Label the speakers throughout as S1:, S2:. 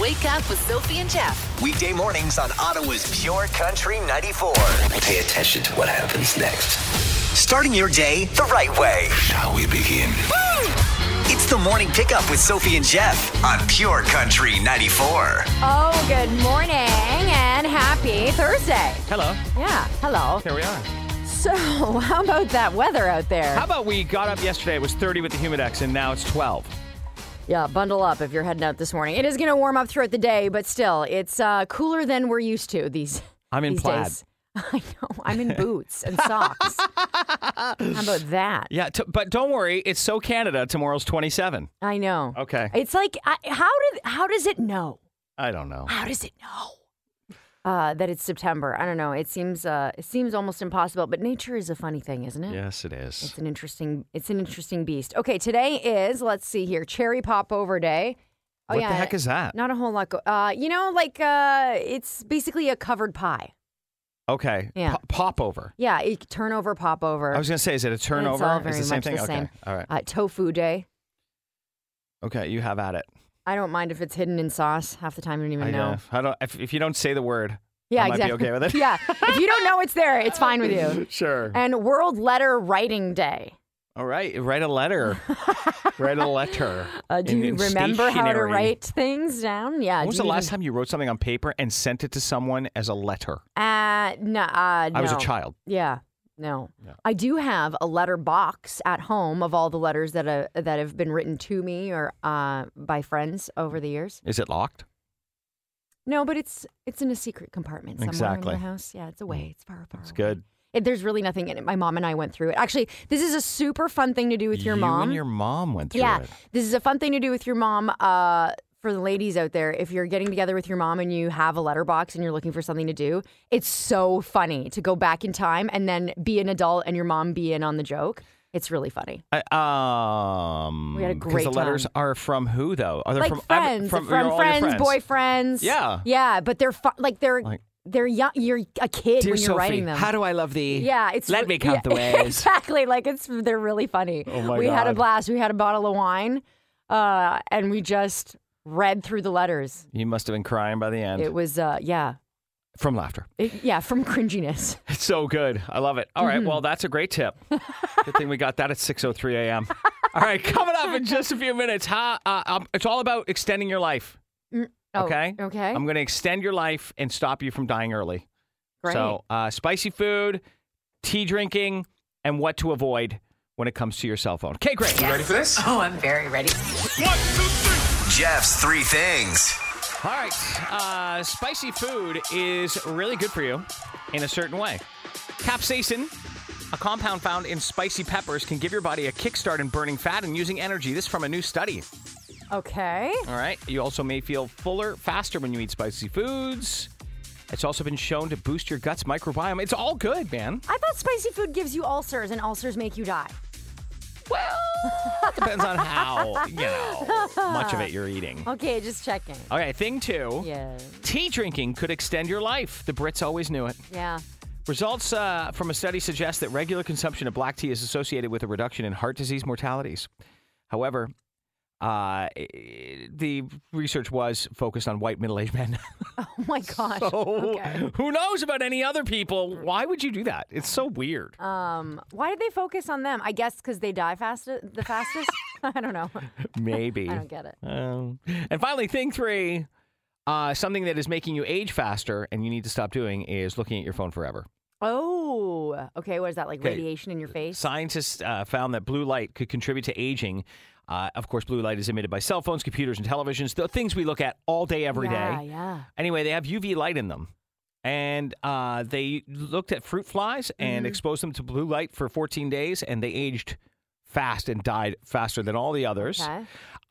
S1: Wake up with Sophie and Jeff.
S2: Weekday mornings on Ottawa's Pure Country 94.
S3: Pay attention to what happens next.
S2: Starting your day the right way.
S3: Shall we begin?
S2: It's the morning pickup with Sophie and Jeff on Pure Country 94.
S4: Oh, good morning and happy Thursday.
S5: Hello.
S4: Yeah, hello.
S5: Here we are.
S4: So, how about that weather out
S5: How
S4: there?
S5: about we got up yesterday, it was 30 with the Humidex, and now it's 12.
S4: Yeah, bundle up if you're heading out this morning. It is going to warm up throughout the day, but still, it's uh, cooler than we're used to these,
S5: I'm in
S4: these
S5: plaid.
S4: days. I know. I'm in boots and socks. how about that?
S5: Yeah, t- but don't worry, it's so Canada. Tomorrow's 27.
S4: I know.
S5: Okay.
S4: It's like, I, how, did, how does it know?
S5: I don't know.
S4: How does it know? Uh, that it's September. I don't know. It seems uh, it seems almost impossible, but nature is a funny thing, isn't it?
S5: Yes, it is.
S4: It's an interesting it's an interesting beast. Okay, today is let's see here, cherry popover day. Oh,
S5: what the heck is that?
S4: Not a whole lot. Go- uh, you know, like uh, it's basically a covered pie.
S5: Okay.
S4: Yeah.
S5: Pop- popover.
S4: Yeah, it, turnover popover.
S5: I was going to say, Oh, is it a
S4: It's
S5: turnover?
S4: all very
S5: is it the same
S4: much
S5: thing?
S4: the
S5: okay.
S4: same.
S5: All right.
S4: Uh, tofu day.
S5: Okay, you have at it.
S4: I don't mind if it's hidden in sauce. Half the time, you don't even
S5: I
S4: know.
S5: know. I don't, if, if you don't say the word,
S4: Yeah,
S5: I might be
S4: exactly.
S5: okay with it.
S4: yeah, if you don't know it's there, it's fine with you.
S5: sure.
S4: And World Letter Writing Day.
S5: All right, write a letter. write a letter.
S4: Uh, do
S5: in-
S4: you
S5: in
S4: remember how to
S5: stationery.
S4: write things down? Yeah.
S5: When
S4: do
S5: was
S4: you
S5: the last time you wrote something on paper and sent it to someone as a letter?
S4: Uh, no, uh,
S5: I was a
S4: no.
S5: child.
S4: Yeah. No. I do have a letter box at home of all the letters that uh, that have been written to me or uh, by friends over the years.
S5: Is it locked?
S4: No, but it's it's in a secret compartment somewhere
S5: Exactly. Mm.
S4: in the house. Yeah, it's away. It's far, far.
S5: It's
S4: away.
S5: good.
S4: It, there's really nothing in it. My mom and I went through it. Actually, this is a super fun thing to do with your
S5: you
S4: mom.
S5: and your mom went through
S4: yeah,
S5: it.
S4: this is a fun thing to do with your mom. Uh, for the ladies out there, if you're getting together with your mom and you have a letterbox and you're looking for something to do, it's so funny to go back in time and then be an adult and your mom be in on the joke. It's really funny.
S5: I, um,
S4: We had a
S5: 'cause
S4: great
S5: the letters
S4: time.
S5: are from who though? Are they
S4: Like
S5: from ev-
S4: friends,
S5: from,
S4: from,
S5: your- all your
S4: friends,
S5: friends?
S4: boyfriends.
S5: Yeah.
S4: yeah, but they're fu- like they're
S5: Like-
S4: they're young. You're a kid
S5: Dear
S4: when you're
S5: Sophie,
S4: writing them.
S5: how do I love thee?
S4: yeah, it's
S5: let me count the
S4: yeah,
S5: ways.
S4: Exactly, like it's they're really funny.
S5: Oh my
S4: we had a
S5: God.
S4: blast. We had a bottle of wine, uh, and we just read through the letters.
S5: You must have been crying by the end
S4: It was, uh, yeah,
S5: from laughter.
S4: It- yeah, from cringiness.
S5: It's so good. I love it. All
S4: Mm-hmm.
S5: right, well that's a great tip. good thing we got that at 6:03 a.m. All right, coming up in just a few minutes. How, uh, um, it's all about extending your life.
S4: Oh,
S5: okay.
S4: Okay.
S5: I'm going to extend your life and stop you from dying early.
S4: Great.
S5: So, uh, spicy food, tea drinking, and what to avoid when it comes to your cell phone. Okay, great.
S2: Ready for this?
S1: Oh, I'm very ready.
S2: Jeff's three things.
S5: All right. Uh, spicy food is really good for you in a certain way. Capsaicin, a compound found in spicy peppers, can give your body a kickstart in burning fat and using energy. This from a new study.
S4: Okay.
S5: All right. You also may feel fuller faster when you eat spicy foods. It's also been shown to boost your gut's microbiome. It's all good, man.
S4: I thought spicy food gives you ulcers, and ulcers make you die.
S5: Well, depends on how, you know, much of it you're eating.
S4: Okay, just checking.
S5: Okay, thing two.
S4: Yeah.
S5: Tea drinking could extend your life. The Brits always knew it.
S4: Yeah.
S5: Results uh, from a study suggest that regular consumption of black tea is associated with a reduction in heart disease mortalities. However, uh, i- the research was focused on white middle aged men.
S4: Oh my gosh.
S5: so,
S4: Okay.
S5: who knows about any other people? Why would you do that? It's so weird.
S4: Um, why did they focus on them? I guess because they die fast, uh, the fastest. I don't know.
S5: Maybe.
S4: I don't get it.
S5: Oh. And finally, thing three, uh, something that is making you age faster and you need to stop doing is looking at your phone forever.
S4: Oh, okay. What is that like?
S5: Okay.
S4: Radiation in your face?
S5: Scientists uh, found that blue light could contribute to aging. Uh, of course, blue light is emitted by cell phones, computers, and televisions, the things we look at all day, every day.
S4: yeah, yeah.
S5: Anyway, they have UV light in them. And uh, they looked at fruit flies
S4: Mm-hmm.
S5: and exposed them to blue light for 14 days, and they aged fast and died faster than all the others.
S4: Okay.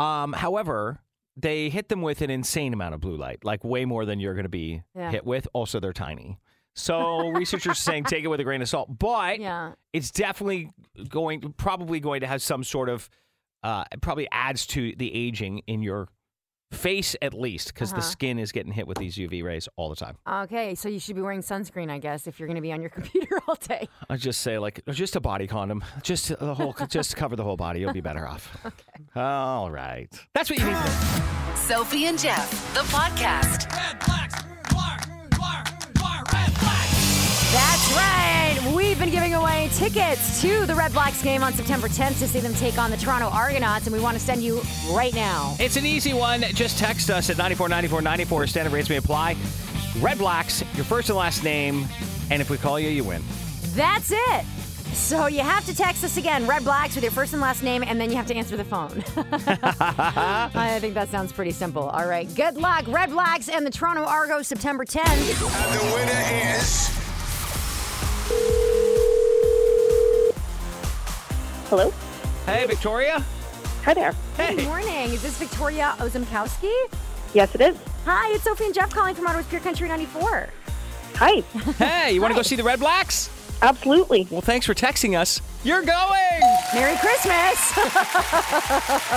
S5: Um, however, they hit them with an insane amount of blue light, like way more than you're going to be
S4: Yeah.
S5: hit with. Also, they're tiny. So researchers are saying take it with a grain of salt, but
S4: Yeah.
S5: it's definitely going, probably going to have some sort of, uh, it probably adds to the aging in your face at least because
S4: Uh-huh.
S5: the skin is getting hit with these UV rays all the time.
S4: Okay, so you should be wearing sunscreen, I guess, if you're going to be on your computer all day.
S5: I just say like just a body condom, just the whole, just cover the whole body. You'll be better off. All right, that's what you need. to know.
S1: Sophie and Jeff, the podcast.
S4: That's right. We've been giving away tickets to the Red Blacks game on September 10th to see them take on the Toronto Argonauts, and we want to send you right now.
S5: It's an easy one. Just text us at 949494. Standard rates may apply. Red Blacks, your first and last name. And if we call you, you win.
S4: That's it. So you have to text us again, Red Blacks, with your first and last name, and then you have to answer the phone. I think that sounds pretty simple. All right. Good luck, Red Blacks and the Toronto Argos, September 10th.
S6: And the winner is.
S7: Hello.
S5: Hey, Victoria.
S7: Hi there.
S4: Good
S5: Hey.
S4: morning. Is this Victoria Ozumkowski?
S7: Yes, it is.
S4: Hi, it's Sophie and Jeff calling from Ottawa's Pure Country 94.
S7: Hi.
S5: Hey, you want to go see the Red Blacks?
S7: Absolutely.
S5: Well, thanks for texting us. You're going.
S4: Merry Christmas.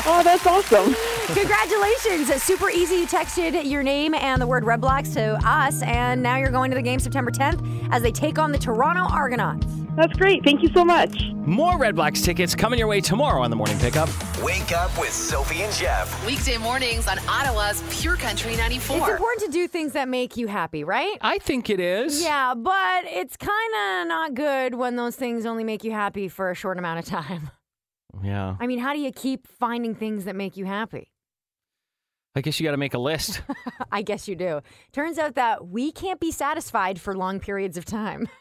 S7: Oh, that's awesome.
S4: Congratulations! It's super easy. You texted your name and the word Redblocks to us, and now you're going to the game September 10th as they take on the Toronto Argonauts.
S7: That's great. Thank you so much.
S5: More Red Blacks tickets coming your way tomorrow on the morning pickup.
S2: Wake up with Sophie and Jeff.
S1: Weekday mornings on Ottawa's Pure Country
S4: It's
S1: 94.
S4: important to do things that make you happy, right?
S5: I think it is.
S4: Yeah, but it's kind of not good when those things only make you happy for a short amount of time.
S5: Yeah.
S4: I mean, how do you keep finding things that make you happy?
S5: I guess you got to make a list.
S4: I guess you do. Turns out that we can't be satisfied for long periods of time.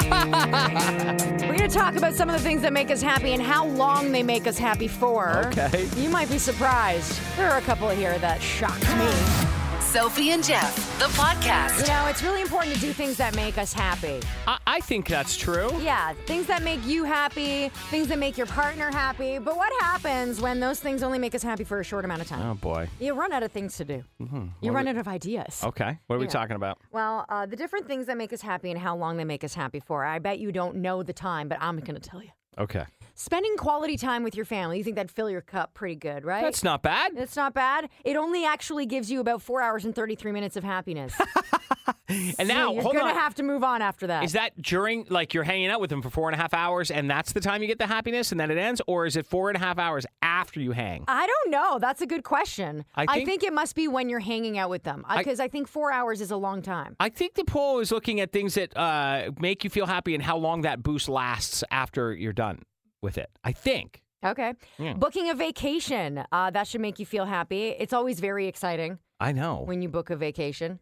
S5: Mm.
S4: We're going to talk about some of the things that make us happy and how long they make us happy for.
S5: Okay.
S4: You might be surprised. There are a couple here that shocked me.
S1: Sophie and Jeff, the
S4: You
S1: podcast.
S4: know, it's really important to do things that make us happy.
S5: I, I think that's true.
S4: Yeah, things that make you happy, things that make your partner happy. But what happens when those things only make us happy for a short amount of time?
S5: Oh, Mm-hmm. boy.
S4: You run out of things to do. You run out of ideas.
S5: Okay. What are we
S4: Yeah.
S5: talking about?
S4: Well, uh, the different things that make us happy and how long they make us happy for. I bet you don't know the time, but I'm going to tell you.
S5: Okay.
S4: Spending quality time with your family, you think that'd fill your cup pretty good, right?
S5: That's not bad.
S4: It's not bad. It only actually gives you about four hours and 33 minutes of happiness.
S5: and
S4: So
S5: now,
S4: you're
S5: hold
S4: gonna
S5: on.
S4: have to move on after that.
S5: is that during, like, you're hanging out with them for four and a half hours and that's the time you get the happiness and then it ends? Or is it four and a half hours after you hang?
S4: I don't know. That's a good question.
S5: I think-
S4: it must be when you're hanging out with them because I, think four hours is a long time.
S5: I think the poll is looking at things that uh, make you feel happy and how long that boost lasts after you're done with it. I think.
S4: Okay. Booking a vacation, uh, that should make you feel happy. It's always very exciting
S5: I know.
S4: when you book a vacation.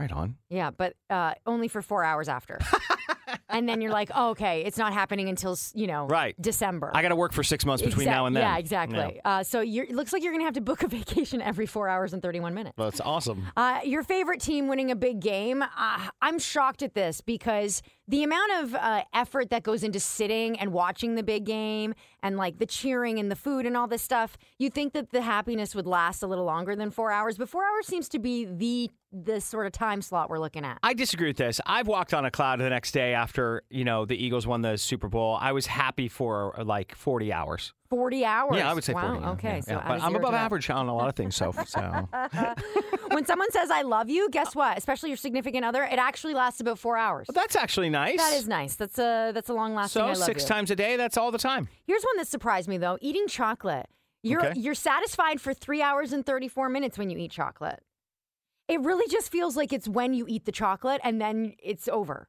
S5: right on.
S4: Yeah, but uh, only for four hours after. and then you're like, oh, okay, it's not happening until, s- you know,
S5: Right.
S4: December.
S5: I got to work for six months between
S4: Exact-
S5: now and then.
S4: Yeah, exactly. Uh, so you're, it looks like you're going to have to book a vacation every four hours and 31 minutes.
S5: That's awesome.
S4: Uh, your favorite team winning a big game. Uh, I'm shocked at this because the amount of uh, effort that goes into sitting and watching the big game and like the cheering and the food and all this stuff, you think that the happiness would last a little longer than four hours, but four hours seems to be the the sort of time slot we're looking at.
S5: I disagree with this. I've walked on a cloud the next day after, you know, the Eagles won the Super Bowl. I was happy for uh, like 40 hours.
S4: 40 hours.
S5: Yeah, I would say
S4: wow.
S5: 40. yeah,
S4: Okay.
S5: yeah,
S4: so
S5: yeah.
S4: out
S5: but
S4: of
S5: I'm
S4: zero
S5: above
S4: to that.
S5: average on a lot of things, so, so.
S4: when someone says I love you, guess
S5: Uh,
S4: what? Especially your significant other, it actually lasts about four hours.
S5: that's actually nice.
S4: That is nice. That's a that's a long lasting.
S5: so six times a day, that's all the time.
S4: Here's one that surprised me though: eating chocolate. You're
S5: Okay.
S4: you're satisfied for three hours and thirty four minutes when you eat chocolate. It really just feels like it's when you eat the chocolate and then it's over.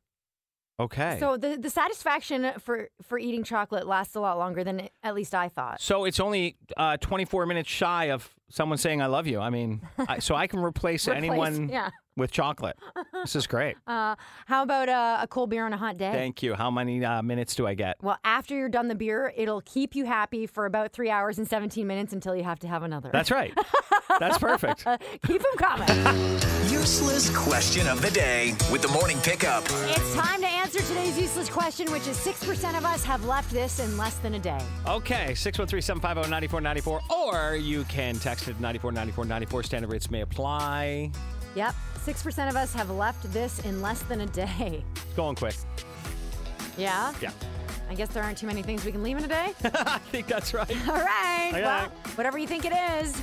S5: Okay.
S4: So the, the satisfaction for, for eating chocolate lasts a lot longer than at least I thought.
S5: So it's only uh, 24 minutes shy of someone saying "I love you." I mean, I, so I can replace,
S4: Replace,
S5: anyone
S4: yeah.
S5: with chocolate. This is great.
S4: Uh, how about uh, a cold beer on a hot day?
S5: Thank you. How many uh, minutes do I get?
S4: Well, after you're done the beer, it'll keep you happy for about three hours and 17 minutes until you have to have another.
S5: That's right. That's perfect.
S4: Keep them coming.
S2: Useless question of the day with the morning pickup.
S4: it's time to answer today's useless question, which is 6% of us have left this in less than a day.
S5: Okay, oh, 613-750-9494 or you can text it 949494 standard rates may apply.
S4: Yep. 6% of us have left this in less than a day.
S5: It's going quick.
S4: Yeah?
S5: Yeah.
S4: I guess there aren't too many things we can leave in a day.
S5: I think that's right.
S4: All right.
S5: Okay.
S4: Well, whatever you think it is,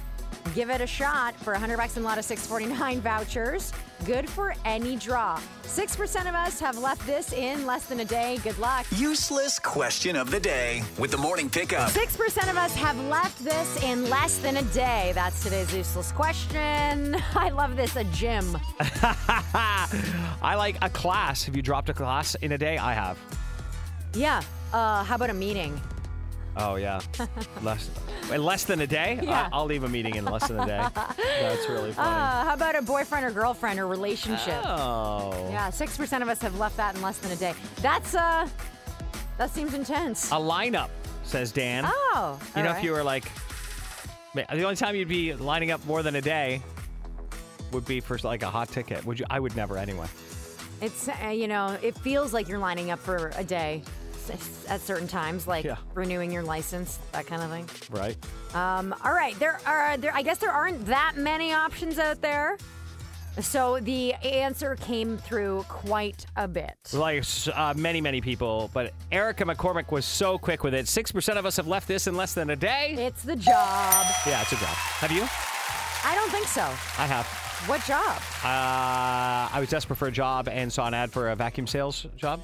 S4: Give it a shot for 100 bucks and a lot of 649 vouchers. Good for any draw. 6% of us have left this in less than a day. Good luck.
S2: Useless question of the day with the morning pickup.
S4: 6% of us have left this in less than a day. That's today's useless question. I love this. A gym.
S5: I like a class. Have you dropped a class in a day? I have.
S4: Yeah. Uh, how about a meeting?
S5: Oh yeah, less in less than a day.
S4: Yeah.
S5: I, will leave a meeting in less than a day. That's really funny.
S4: Uh, how about a boyfriend or girlfriend or relationship?
S5: oh,
S4: Yeah, 6% of us have left that in less than a day. That's, uh, that seems intense.
S5: a lineup says Dan.
S4: oh.
S5: Oh. you know,
S4: all
S5: if you
S4: right.
S5: were like, ma- the only time you'd be lining up more than a day would be for like a hot ticket. Would you? I would never anyway.
S4: It's, uh, you know, it feels like you're lining up for a day s- at certain times, like
S5: Yeah.
S4: renewing your license, that kind of thing.
S5: Right.
S4: Um, all right, there are there. I guess there aren't that many options out there. So the answer came through quite a bit.
S5: Like s- uh, many, many people, but Erica McCormick was so quick with it. Six percent of us have left this in less than a day.
S4: It's the job.
S5: Yeah, it's a job. Have you?
S4: I don't think so.
S5: I have.
S4: What job?
S5: Uh, I was desperate for a job and saw an ad for a vacuum sales job,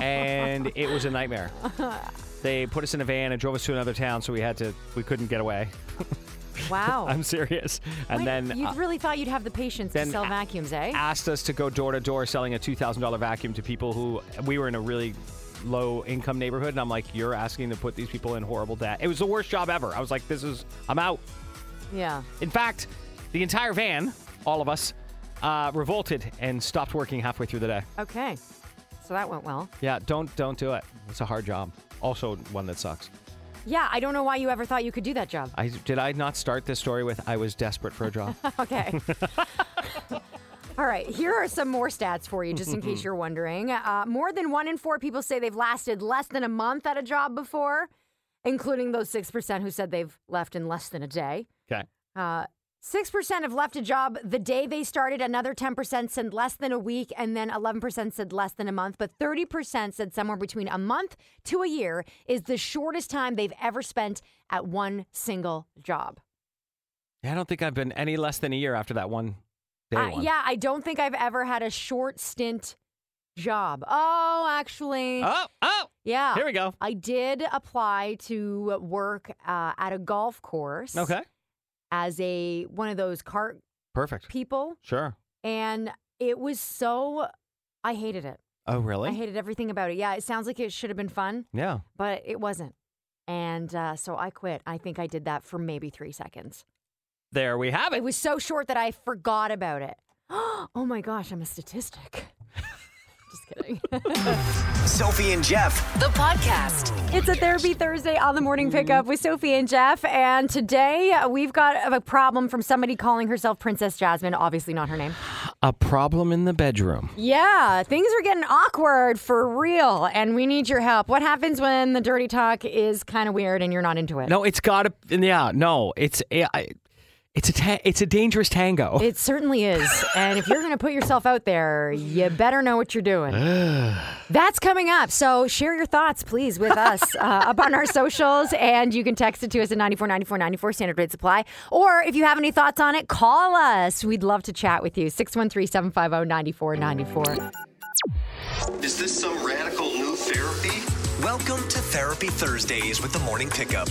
S5: and it was a nightmare. They put us in a van and drove us to another town, so we had to we couldn't get away.
S4: Wow.
S5: I'm serious. And
S4: Wait,
S5: then
S4: you
S5: uh,
S4: really thought you'd have the patience to
S5: then
S4: sell
S5: a-
S4: vacuums, eh?
S5: asked us to go door to door selling a two thousand dollar vacuum to people who we were in a really low income neighborhood, and I'm like, you're asking to put these people in horrible debt. It was the worst job ever. I was like, this is I'm out.
S4: yeah.
S5: In fact, the entire van, all of us, uh, revolted and stopped working halfway through the day.
S4: Okay. So that went well.
S5: Yeah, don't don't do it. It's a hard job. Also, one that sucks.
S4: Yeah, I don't know why you ever thought you could do that job.
S5: I did I not start this story with I was desperate for a job.
S4: Okay. All right, here are some more stats for you, just in case you're wondering. Uh, more than one in four people say they've lasted less than a month at a job before, including those 6% who said they've left in less than a day.
S5: okay.
S4: Uh, 6% have left a job the day they started, another 10% said less than a week, and then 11% said less than a month. But 30% said somewhere between a month to a year is the shortest time they've ever spent at one single job.
S5: Yeah, I don't think I've been any less than a year after that one
S4: I-
S5: day. one.
S4: Uh, yeah, I don't think I've ever had a short stint job. Oh, actually,
S5: Oh, oh.
S4: yeah.
S5: Here we go.
S4: I did apply to work uh, at a golf course.
S5: Okay.
S4: As a one of those cart
S5: Perfect.
S4: people,
S5: Sure.
S4: and it was so. I hated it.
S5: Oh, really?
S4: I hated everything about it. Yeah, it sounds like it should have been fun,
S5: yeah.
S4: but it wasn't. And uh, so I quit. I think I did that for maybe three seconds.
S5: There we have
S4: It
S5: it.
S4: was so short that I forgot about it. Oh my gosh, I'm a statistic. Just kidding.
S2: Sophie and Jeff.
S1: The podcast.
S4: it's a Therapy Thursday on the morning pickup with Sophie and Jeff. And today uh, we've got a problem from somebody calling herself Princess Jasmine, obviously not her name.
S5: A problem in the bedroom.
S4: Yeah, things are getting awkward for real. And we need your help. What happens when the dirty talk is kind of weird and you're not into it?
S5: No, it's got to Yeah, no. It's I- I- it's a ta- it's a dangerous tango.
S4: It certainly is. And if you're going to put yourself out there, you better know what you're doing. That's coming up. So share your thoughts, please, with us uh, up on our socials. And you can text it to us at 949494 standard rate supply. Or if you have any thoughts on it, call us. We'd love to chat with you. 613 750 9494.
S6: Is this some radical new therapy?
S2: Welcome to Therapy Thursdays with the morning pickup.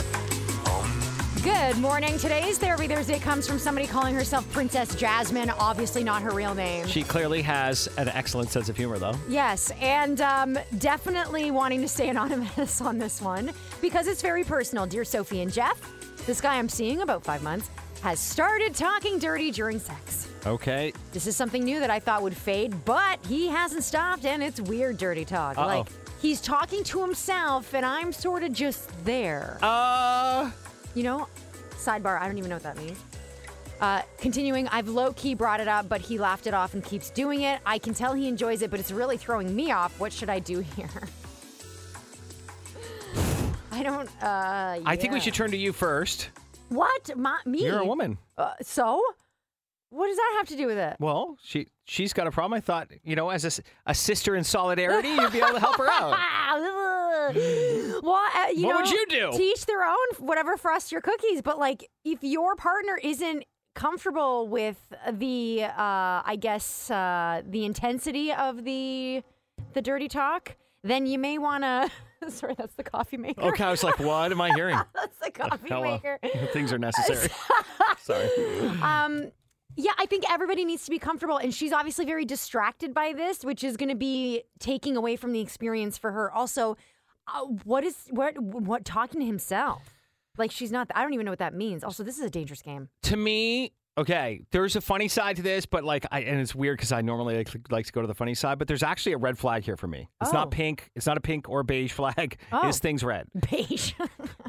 S4: Good morning. Today's Therapy Thursday comes from somebody calling herself Princess Jasmine, obviously not her real name.
S5: she clearly has an excellent sense of humor, though.
S4: Yes, and um, definitely wanting to stay anonymous on this one because it's very personal. Dear Sophie and Jeff, this guy I'm seeing about five months has started talking dirty during sex.
S5: Okay.
S4: This is something new that I thought would fade, but he hasn't stopped, and it's weird dirty talk.
S5: Uh-oh.
S4: Like, he's talking to himself, and I'm sort of just there.
S5: Uh.
S4: You know, sidebar, I don't even know what that means. Uh, continuing, I've low key brought it up, but he laughed it off and keeps doing it. I can tell he enjoys it, but it's really throwing me off. What should I do here? I don't. Uh,
S5: I think we
S4: yeah.
S5: should turn to you first.
S4: What? My, me?
S5: You're a woman.
S4: Uh, so? What does that have to do with it?
S5: Well, she she's got a problem. I thought, you know, as a, s- a sister in solidarity, you'd be able to help her out.
S4: Ah, ugh. well, uh, you
S5: Oh. What would
S4: know,
S5: you do?
S4: Teach their own whatever frosts your cookies. But like, if your partner isn't comfortable with the, uh, I guess, uh, the intensity of the the dirty talk, then you may want to. Sorry, that's the coffee maker.
S5: Okay, I was like, what am I hearing?
S4: that's the coffee
S5: Hello.
S4: maker.
S5: Things are necessary. Sorry.
S4: Yeah, I think everybody needs to be comfortable. And she's obviously very distracted by this, which is going to be taking away from the experience for her. Also, uh, what is what what talking to himself? Like she's not. I don't even know what that means. Also, this is a dangerous game.
S5: To me, okay, there's a funny side to this, but like, I and it's weird because I normally like, like to go to the funny side, but there's actually a red flag here for me. It's
S4: Oh.
S5: not pink. It's not a pink or beige flag.
S4: Oh.
S5: This thing's red.
S4: Beige.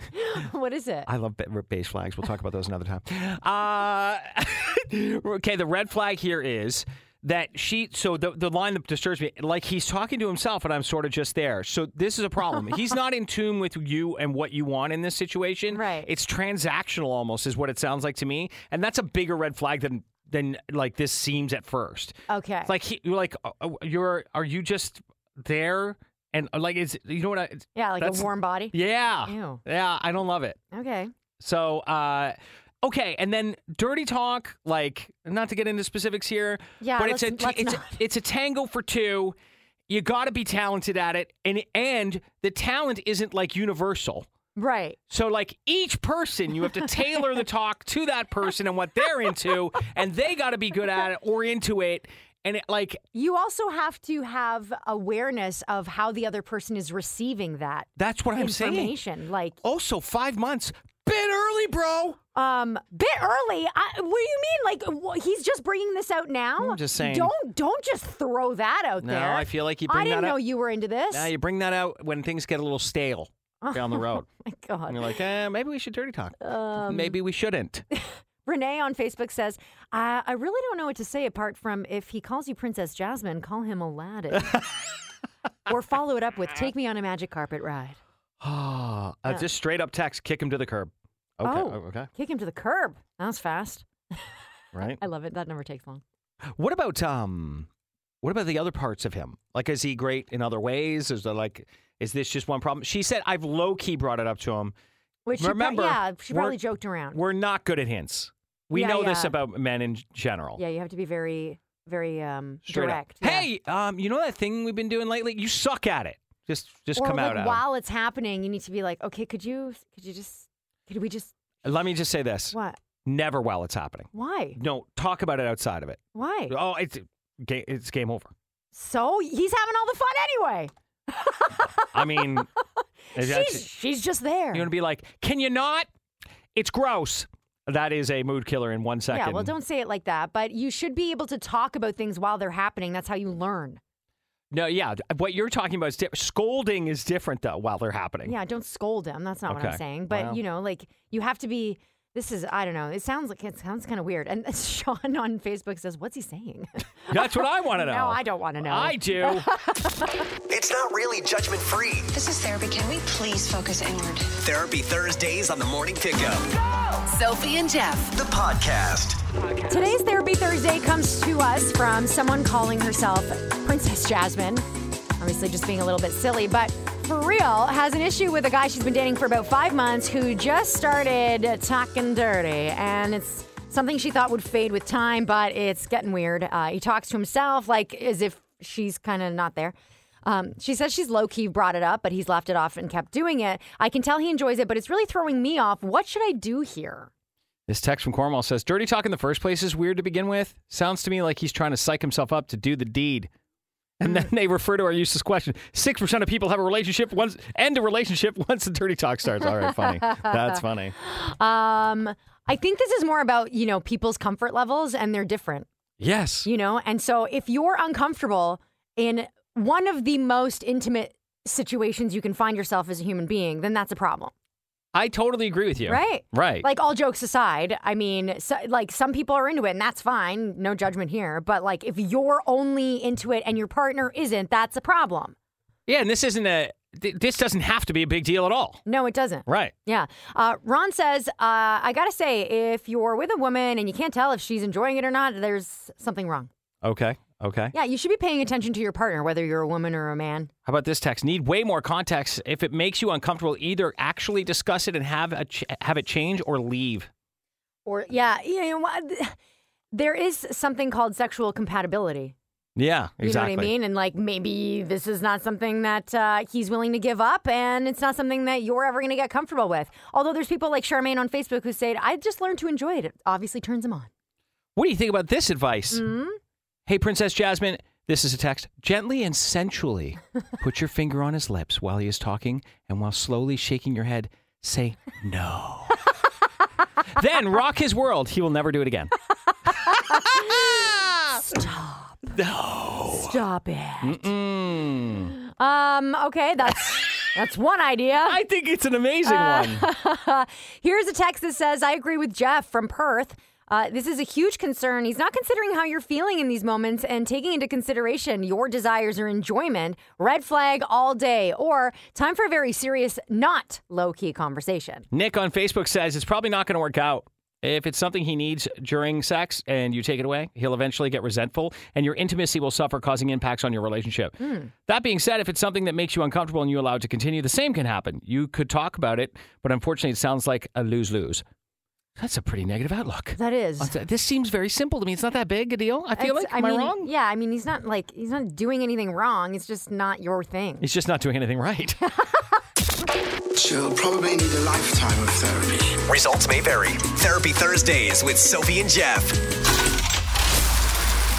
S4: what is it?
S5: I love be- beige flags. We'll talk about those another time. Uh, okay, the red flag here is that she. So the the line that disturbs me, like he's talking to himself, and I'm sort of just there. So this is a problem. he's not in tune with you and what you want in this situation.
S4: Right.
S5: It's transactional almost, is what it sounds like to me, and that's a bigger red flag than than like this seems at first.
S4: Okay.
S5: It's like he, you're like uh, uh, you're are you just there and uh, like is you know what I
S4: yeah, like
S5: that's-
S4: a warm body.
S5: yeah
S4: Ew.
S5: yeah I don't love it.
S4: Okay.
S5: So, uh, okay, and then dirty talk, like not to get into specifics here,
S4: Yeah,
S5: but it's a
S4: let's- let's
S5: it's a,
S4: not.
S5: it's a tango for two. You got to be talented at it, and and the talent isn't like universal.
S4: Right.
S5: So, like each person, you have to tailor the talk to that person and what they're into, and they got to be good at it or into it. And it, like
S4: You also have to have awareness of how the other person is receiving that
S5: that's what I'm saying.
S4: information. Like,
S5: Also, five months, bit early, bro.
S4: um, bit early. I, what do you mean? Like, wha- he's just bringing this out now?
S5: I'm just saying.
S4: Don't don't just throw that out
S5: No,
S4: there.
S5: I feel like you
S4: I
S5: bring
S4: didn't
S5: that
S4: know
S5: up-
S4: you were into this.
S5: Now you bring that out when things get a little stale down the road.
S4: My God.
S5: And you're like, eh, maybe we should dirty talk.
S4: Um,
S5: maybe we shouldn't.
S4: Renee on Facebook says, I, I really don't know what to say apart from if he calls you Princess Jasmine, call him Aladdin. or follow it up with, take me on a magic carpet ride.
S5: Ah, uh, just straight up text, kick him to the curb. Okay,
S4: Oh.
S5: o- okay,
S4: Kick him to the curb. That was fast.
S5: right.
S4: I love it. That never takes long.
S5: What about um, what about the other parts of him? Like, is he great in other ways? Is there like, is this just one problem? She said I've low key brought it up to him.
S4: Which she prob-
S5: Remember,
S4: yeah, she
S5: we're-
S4: probably joked around.
S5: We're not good at hints. We
S4: Yeah,
S5: know this
S4: yeah.
S5: about men in general.
S4: Yeah, you have to be very, very um,
S5: Straight up.
S4: direct. Yeah.
S5: Hey, um, you know that thing we've been doing lately? You suck at it. Just, just
S4: or
S5: come
S4: like
S5: out. at 'em.
S4: while it's happening, you need to be like, okay, could you, could you just, could we just,
S5: Let me just say this:
S4: what?
S5: never while it's happening.
S4: Why?
S5: No, talk about it outside of it.
S4: Why?
S5: Oh, it's ga- it's game over.
S4: So he's having all the fun anyway.
S5: I mean, if that's-
S4: She's, she's just there.
S5: you're gonna be like, can you not? It's gross. That is a mood killer in one second.
S4: yeah, well, don't say it like that, but you should be able to talk about things while they're happening. That's how you learn.
S5: No, yeah, what you're talking about is different. Scolding is different though while they're happening.
S4: Yeah, don't scold him. That's not what
S5: Okay.
S4: I'm saying. But,
S5: Well.
S4: you know, like you have to be. This is, I don't know. It sounds like it sounds kind of weird. And Sean on Facebook says, What's he saying?
S5: That's what I want to know.
S4: No, I don't want to know.
S5: I do.
S2: It's not really judgment free.
S8: This is therapy. Can we please focus inward?
S2: Therapy Thursdays on the morning pickup.
S1: Sophie and Jeff.
S2: The podcast.
S4: Today's Therapy Thursday comes to us from someone calling herself Princess Jasmine. Obviously, just being a little bit silly, but for real, has an issue with a guy she's been dating for about five months who just started talking dirty. And it's something she thought would fade with time, but it's getting weird. Uh, he talks to himself like as if she's kind of not there. Um, she says she's low key brought it up, but he's left it off and kept doing it. I can tell he enjoys it, but it's really throwing me off. What should I do here?
S5: This text from Cornwall says, "Dirty talk in the first place is weird to begin with. Sounds to me like he's trying to psych himself up to do the deed." And
S4: Hmm.
S5: then they refer to our useless question. Six percent of people have a relationship once end a relationship once the dirty talk starts. All right, funny. That's funny.
S4: Um, I think this is more about you know people's comfort levels and they're different,
S5: Yes.
S4: you know. And so if you're uncomfortable in one of the most intimate situations you can find yourself as a human being, then that's a problem,
S5: I totally agree with you.
S4: right?
S5: Oh, Right.
S4: Like all jokes aside, I mean, so, like some people are into it and that's fine, no judgment here. But like if you're only into it and your partner isn't, that's a problem.
S5: yeah, and this isn't a th- this doesn't have to be a big deal at all.
S4: No, it doesn't.
S5: Right.
S4: Yeah. Uh, Ron says, uh, I got to say, if you're with a woman and you can't tell if she's enjoying it or not, there's something wrong.
S5: Okay. Okay.
S4: Yeah, you should be paying attention to your partner, whether you're a woman or a man.
S5: How about this text? Need way more context. If it makes you uncomfortable, either actually discuss it and have a ch- have it change or leave.
S4: Or, yeah, you know, what? there is something called sexual compatibility.
S5: Yeah,
S4: You
S5: exactly.
S4: know what I mean? And like maybe this is not something that uh, he's willing to give up, and it's not something that you're ever going to get comfortable with. Although there's people like Charmaine on Facebook who say, "I just learned to enjoy it." It obviously turns him on.
S5: What do you think about this advice? Hey, Princess Jasmine, this is a text. Gently and sensually put your finger on his lips while he is talking, and while slowly shaking your head, say no. then rock his world. He will never do it again.
S4: Stop
S5: Hmm?
S4: it.
S5: Mm.
S4: Um. Okay, that's that's one idea.
S5: I think it's an amazing one.
S4: Here's a text that says, "I agree with Jeff from Perth." Uh, this is a huge concern. He's not considering how you're feeling in these moments and taking into consideration your desires or enjoyment. Red flag all day, or time for a very serious, not low key conversation.
S5: Nick on Facebook says it's probably not going to work out. If it's something he needs during sex and you take it away, he'll eventually get resentful and your intimacy will suffer, causing impacts on your relationship. That being said, if it's something that makes you uncomfortable and you allow it to continue, the same can happen. You could talk about it, but unfortunately, it sounds like a lose lose. That's a pretty negative outlook.
S4: That is.
S5: This seems very simple to me. It's not that big a deal. I feel
S4: It's-
S5: like. Am I,
S4: mean,
S5: wrong?
S4: Yeah, I mean, he's not like he's not doing anything wrong. It's just not your thing.
S5: He's just not doing anything right.
S9: She'll probably need a lifetime of therapy.
S2: Results may vary. Therapy Thursdays with Sophie and Jeff.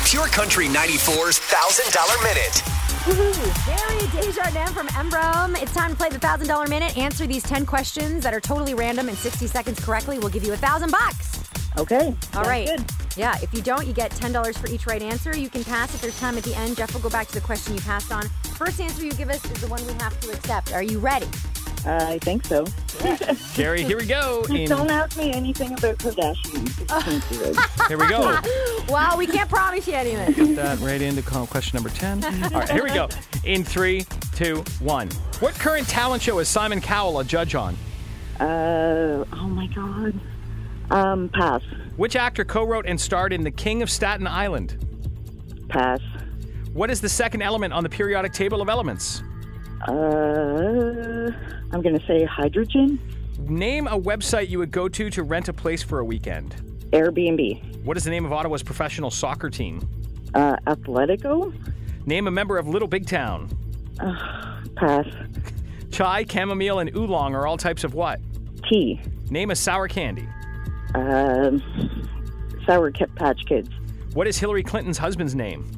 S2: Pure Country 94's $1,000 Minute.
S4: Woohoo! Gary Desjardins from Embrome. It's time to play the thousand dollar minute. Answer these ten questions that are totally random in sixty seconds correctly. We'll give you a thousand bucks.
S7: Okay.
S4: All
S7: sounds
S4: right.
S7: good.
S4: Yeah. If you don't, you get ten dollars for each right answer. You can pass if there's time at the end. Jeff will go back to the question you passed on. First answer you give us is the one we have to accept. Are you ready?
S7: Uh, I think so.
S5: Gary, here we go. In-
S7: Don't ask me anything about Kardashians. It's sensitive.
S5: here we go.
S4: Well, we can't promise you anything.
S5: that right into co- question number 10. All right, here we go. In three, two, one. What current talent show is Simon Cowell a judge on?
S7: uh, oh my God. Um, pass.
S5: Which actor co wrote and starred in The King of Staten Island?
S7: Pass.
S5: What is the second element on the periodic table of elements?
S7: Uh, I'm going to say hydrogen,
S5: Name a website you would go to to rent a place for a weekend.
S7: Airbnb,
S5: What is the name of Ottawa's professional soccer team?
S7: uh, Athletico,
S5: Name a member of Little Big Town.
S7: pass,
S5: Chai, chamomile, and oolong are all types of what?
S7: tea,
S5: Name a sour candy.
S7: um, Sour Kit Patch Kids.
S5: What is Hillary Clinton's husband's name?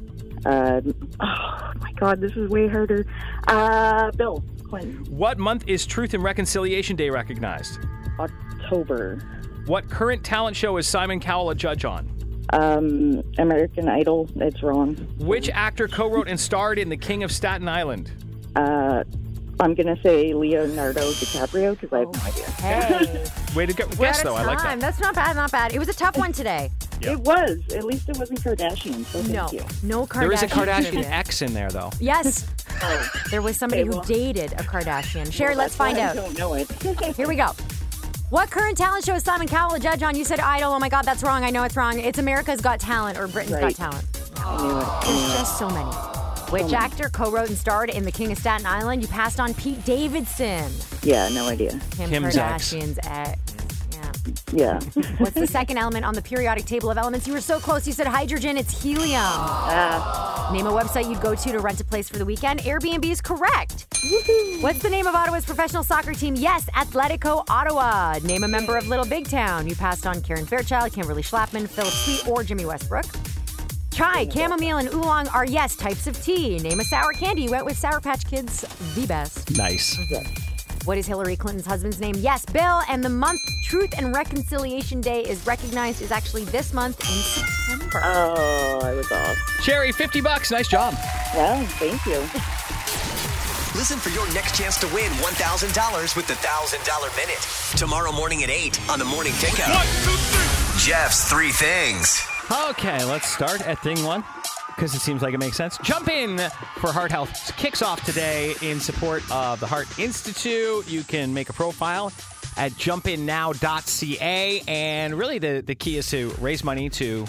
S7: Um, oh my God, this is way harder. Uh, Bill Clinton,
S5: What month is Truth and Reconciliation Day recognized?
S7: October,
S5: What current talent show is Simon Cowell a judge on?
S7: um, American Idol. It's wrong.
S5: Which actor co wrote and starred in The King of Staten Island?
S7: Uh, I'm gonna say Leonardo DiCaprio because I have no idea.
S4: Hey.
S5: Way to go.
S4: We're
S5: Guess,
S4: out
S5: though.
S4: of
S5: I like
S4: time.
S5: that.
S4: That's not bad, not bad. It was a tough one today.
S7: It was. At least it wasn't Kardashian. So thank
S4: No,
S7: you.
S4: no Kardashian.
S5: There is a Kardashian
S4: trivia.
S5: X in there, though.
S4: Yes,
S7: Oh.
S4: there was somebody
S7: Okay,
S4: who
S7: well-
S4: dated a Kardashian. Sherry,
S7: Well,
S4: let's
S7: that's why
S4: find
S7: I
S4: out.
S7: don't know it.
S4: Here we go. What current talent show is Simon Cowell a judge on? You said Idol. Oh my God, that's wrong. I know it's wrong. It's America's Got Talent or Britain's
S7: Right.
S4: Got Talent. There's just so many. Which actor co-wrote and starred in The King of Staten Island? You passed on Pete Davidson.
S7: yeah, no idea.
S4: Kim
S5: Kim's ex.
S4: Kardashian's ex. Yeah.
S7: Yeah.
S4: What's the second element on the periodic table of elements? You were so close. You said hydrogen. It's helium.
S7: Ah,
S4: Name a website you'd go to to rent a place for the weekend. Airbnb is correct. What's the name of Ottawa's professional soccer team? Yes, Atletico Ottawa. Name a member of Little Big Town. You passed on Karen Fairchild, Kimberly Schlappman, Philip Sweet, or Jimmy Westbrook. Chai, chamomile, and oolong are yes types of tea. Name a sour candy. You went with Sour Patch Kids, the best.
S5: Nice.
S4: What is Hillary Clinton's husband's name? Yes, Bill. And the month Truth and Reconciliation Day is recognized is actually this month in September.
S5: Uh,
S7: oh, I was off.
S5: Sherry, 50 bucks. Nice job.
S7: Well, thank you.
S2: Listen for your next chance to win $1,000 with the $1,000 Minute. Tomorrow morning at 8 on the Morning Pickup. Jeff's Three Things.
S5: Okay, let's start at thing one. because it seems like it makes sense. Jump in for Heart Health kicks off today in support of the Heart Institute. You can make a profile at jumpinnow.ca. And really, the, the key is to raise money to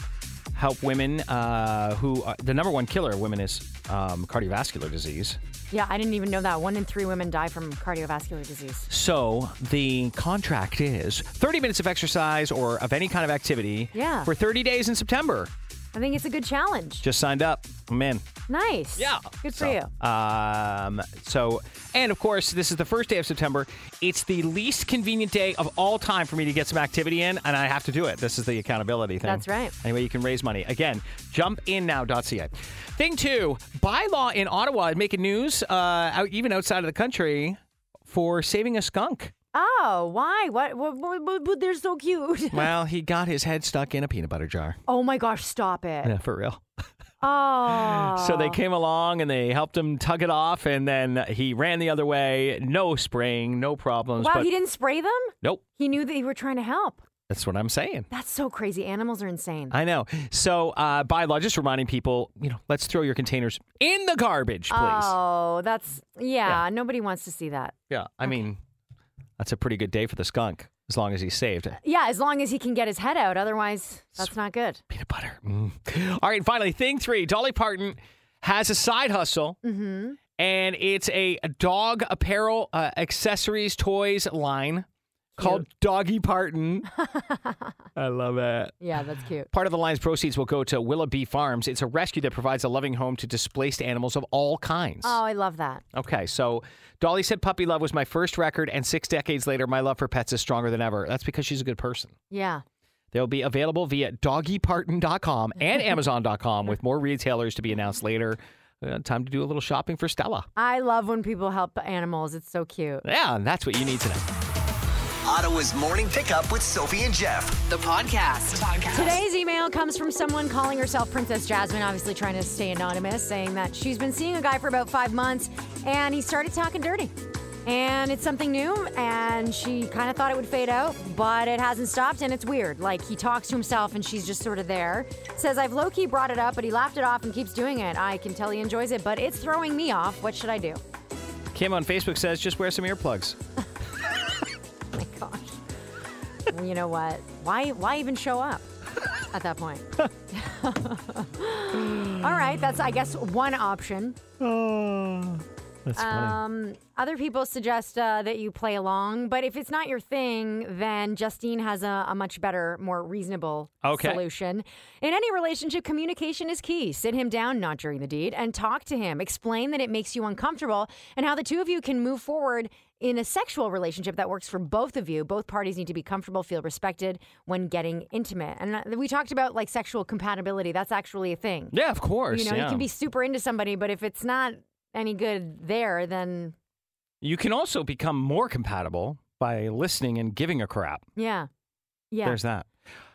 S5: help women uh, who are, the number one killer of women is um, cardiovascular disease.
S4: Yeah, I didn't even know that. One in three women die from cardiovascular disease.
S5: So the contract is 30 minutes of exercise or of any kind of activity
S4: Yeah.
S5: for 30 days in September.
S4: I think it's a good challenge.
S5: Just signed up. I'm in.
S4: Nice.
S5: Yeah.
S4: Good for
S5: So,
S4: you.
S5: Um, so, and of course, this is the first day of September. It's the least convenient day of all time for me to get some activity in, and I have to do it. This is the accountability thing.
S4: That's right.
S5: Anyway, you can raise money. Again, jumpinnow.ca. Thing two, bylaw in Ottawa is making news, uh, out, even outside of the country, for saving a skunk.
S4: Oh, why? What? what, what, what, what- they're so cute.
S5: Well, he got his head stuck in a peanut butter jar.
S4: Oh my gosh, stop it.
S5: Yeah, for real.
S4: Oh.
S5: So they came along and they helped him tug it off, and then he ran the other way. No spraying, no problems.
S4: Wow,
S5: but
S4: he didn't spray them?
S5: Nope.
S4: He knew that you were trying to help.
S5: That's what I'm saying.
S4: That's so crazy. Animals are insane.
S5: I know. So uh, by law, just reminding people, you know, let's throw your containers in the garbage, please.
S4: Oh, that's yeah, Nobody wants to see that.
S5: yeah. I mean, that's a pretty good day for the skunk, as long as he's saved.
S4: Yeah, as long as he can get his head out. Otherwise, that's not good.
S5: Peanut butter. Mm. All right. And finally, thing three Dolly Parton has a side hustle. And it's a dog apparel, uh, accessories, toys line called Doggy Parton. I love it.
S4: Yeah, that's cute.
S5: Part of the line's proceeds will go to Willoughby Farms. It's a rescue that provides a loving home to displaced animals of all kinds.
S4: Oh, I love that.
S5: Okay, so Dolly said Puppy Love was my first record, and six decades later, my love for pets is stronger than ever. That's because she's a good person.
S4: Yeah.
S5: They'll be available via doggyparton.com and amazon.com with more retailers to be announced later. Uh, time to do a little shopping for Stella.
S4: I love when people help animals. It's so cute.
S5: Yeah, and that's what you need to know.
S2: Ottawa's morning pickup with Sophie and Jeff.
S1: The podcast.
S4: Today's email comes from someone calling herself Princess Jasmine, obviously trying to stay anonymous, saying that she's been seeing a guy for about five months and he started talking dirty. And it's something new, and she kind of thought it would fade out, but it hasn't stopped, and it's weird. Like, he talks to himself, and she's just sort of there. Says, I've low key brought it up, but he laughed it off and keeps doing it. I can tell he enjoys it, but it's throwing me off. What should I do?
S5: Kim on Facebook says just wear some earplugs.
S4: my gosh. Well, you know what? Why why even show up at that point? All right, that's I guess one option.
S5: Ah,
S4: Um,
S5: That's funny.
S4: Other people suggest uh, that you play along, but if it's not your thing, then Justine has a, a much better, more reasonable
S5: Okay.
S4: solution. In any relationship, communication is key. Sit him down, not during the deed, and talk to him. Explain that it makes you uncomfortable and how the two of you can move forward in a sexual relationship that works for both of you. Both parties need to be comfortable, feel respected when getting intimate. And uh, we talked about like sexual compatibility. That's actually a thing.
S5: Yeah, of course.
S4: You know,
S5: yeah.
S4: you can be super into somebody, but if it's not any good there, then
S5: You can also become more compatible by listening and giving a crap.
S4: Yeah. Yeah. Mm-hmm.
S5: There's that.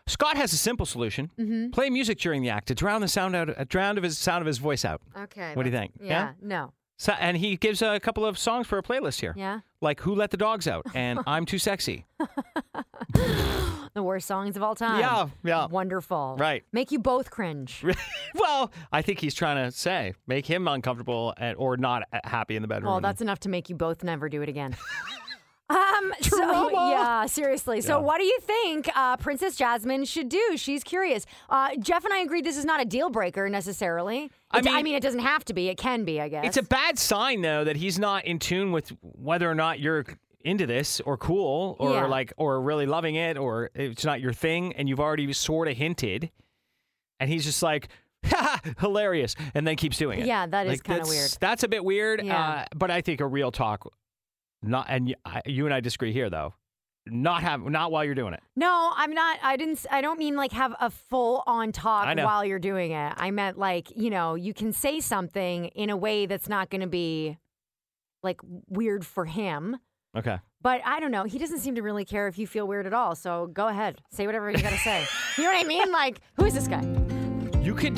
S5: Scott has a simple solution: play music during the act to drown the sound out, uh, drown of his sound of his voice out.
S4: okay.
S5: What do you
S4: that's-
S5: think?
S4: Yeah,
S5: Yeah?
S4: No.
S5: So, and he gives a couple of songs for a playlist here,
S4: Yeah.
S5: like "Who Let the Dogs Out" and "I'm Too Sexy."
S4: The worst songs of all time.
S5: Yeah, yeah.
S4: Wonderful.
S5: Right.
S4: Make you both cringe.
S5: well, I think he's trying to say make him uncomfortable and, or not uh, happy in the bedroom.
S4: Well, that's enough to make you both never do it again. Um, so, yeah, seriously. So, what do you think uh, Princess Jasmine should do? She's curious. Uh, Jeff and I agreed this is not a deal breaker necessarily.
S5: I
S4: It's-
S5: mean-
S4: it doesn't have to be. It can be, I guess.
S5: It's a bad sign though that he's not in tune with whether or not you're into this or cool or
S4: Yeah.
S5: like or really loving it or it's not your thing and you've already sort of hinted and he's just like "Ha, ha, hilarious and then keeps doing it.
S4: Yeah, that is kinda
S5: that's-
S4: weird.
S5: That's a bit weird uh,
S4: Yeah.
S5: but I think a real talk not and y- I- you and I disagree here though. Not have not while you're doing it.
S4: No, I'm not. I didn't. s- I don't mean like have a full on talk
S5: I know.
S4: while you're doing it. I meant like you know you can say something in a way that's not going to be like weird for him.
S5: Okay.
S4: But I don't know. He doesn't seem to really care if you feel weird at all. So go ahead, say whatever you got to say. You know what I mean? Like who is this guy?
S5: You could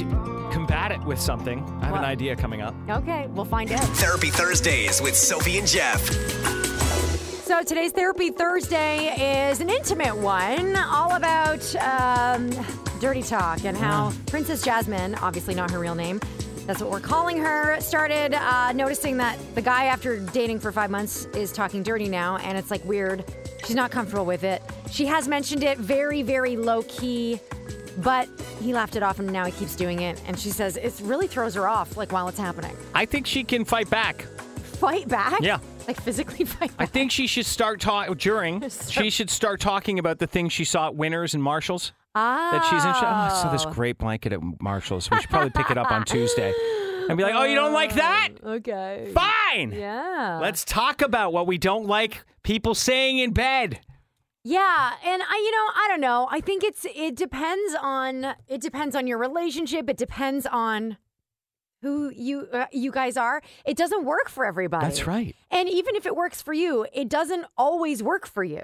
S5: combat it with something. I have
S4: What?
S5: an idea coming up.
S4: Okay, we'll find out.
S2: Therapy Thursdays with Sophie and Jeff.
S4: So today's Therapy Thursday is an intimate one, all about um, dirty talk and how Princess Jasmine, obviously not her real name, that's what we're calling her, started uh, noticing that the guy, after dating for five months, is talking dirty now, and it's like weird. She's not comfortable with it. She has mentioned it very, very low key, but he laughed it off, and now he keeps doing it. And she says it really throws her off, like while it's happening.
S5: I think she can fight back.
S4: Fight back?
S5: Yeah.
S4: Like physically fight
S5: I
S4: back.
S5: think she should start talking during. She should start talking about the things she saw at Winners and Marshalls. That she's in. Oh, I saw this great blanket at Marshalls. We should probably pick it up on Tuesday. And be like, oh, you don't like that?
S4: Okay.
S5: Fine.
S4: Yeah.
S5: Let's talk about what we don't like people saying in bed.
S4: Yeah, and I you know, I don't know. I think it's it depends on it depends on your relationship, it depends on who you uh, you guys are. It doesn't work for everybody.
S5: That's right.
S4: And even if it works for you, it doesn't always work for you.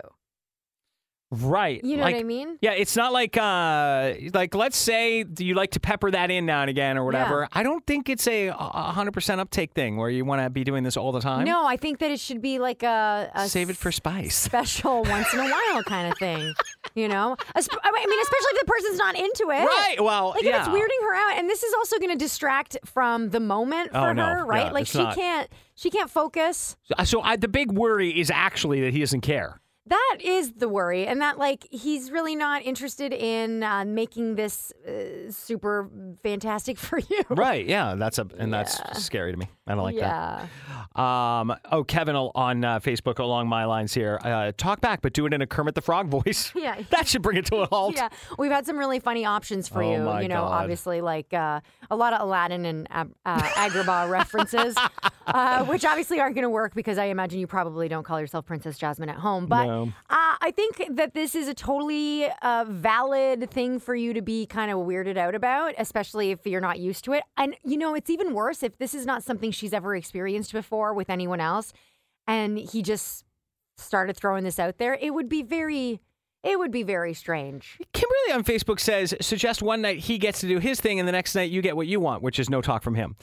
S5: Right.
S4: You know what
S5: Like-
S4: I mean?
S5: Yeah, it's not like uh like let's say do you like to pepper that in now and again or whatever. I don't think it's a a 100% uptake thing where you want to be doing this all the time.
S4: no, I think that it should be like a, a
S5: Save it for spice.
S4: special once in a while kind of thing. You know, Esp- I mean, especially if the person's not into it.
S5: Right, well,
S4: like if it's
S5: yeah.
S4: weirding her out, and this is also going to distract from the moment for
S5: Oh,
S4: her,
S5: no, yeah,
S4: right? like
S5: it's
S4: she
S5: not.
S4: can't, she can't focus.
S5: So- So I, the big worry is actually that he doesn't care.
S4: That is the worry, and that like he's really not interested in uh, making this uh, super fantastic for you.
S5: Right. Yeah, that's a and that's scary to me. I don't like
S4: yeah.
S5: that. Um oh Kevin al- on uh, Facebook along my lines here. Uh, talk back but do it in a Kermit the Frog voice.
S4: Yeah.
S5: that should bring it to a halt.
S4: Yeah, we've had some really funny options for
S5: Oh
S4: you.
S5: my
S4: you know,
S5: God.
S4: obviously, like uh, a lot of Aladdin and Ab- uh, Agrabah references, uh, which obviously aren't going to work because I imagine you probably don't call yourself Princess Jasmine at home. But
S5: No.
S4: uh, I think that this is a totally uh, valid thing for you to be kind of weirded out about, especially if you're not used to it. And, you know, it's even worse if this is not something she's ever experienced before with anyone else and he just started throwing this out there. It would be very. It would be very strange.
S5: Kimberly on Facebook says, suggest one night he gets to do his thing, and the next night you get what you want, which is no talk from him.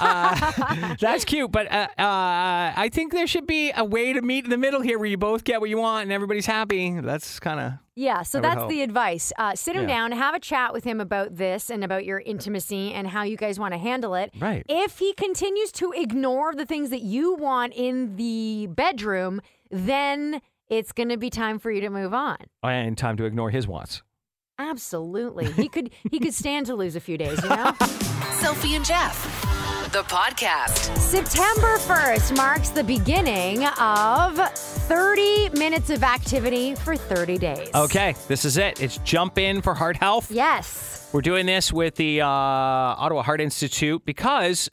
S5: Uh, that's cute, but uh, uh, I think there should be a way to meet in the middle here, where you both get what you want and everybody's happy. That's kind of
S4: Yeah, so
S5: would
S4: that's
S5: hope.
S4: the advice. Uh, sit him
S5: Yeah.
S4: down, have a chat with him about this and about your intimacy and how you guys want to handle it.
S5: Right.
S4: If he continues to ignore the things that you want in the bedroom, then it's going to be time for you to move on.
S5: and time to ignore his wants.
S4: Absolutely. He could he could stand to lose a few days, you know?
S1: Sophie and Jeff, the podcast.
S4: September 1st marks the beginning of 30 minutes of activity for 30 days.
S5: Okay, this is it. It's jump in for heart health.
S4: Yes.
S5: We're doing this with the uh, Ottawa Heart Institute because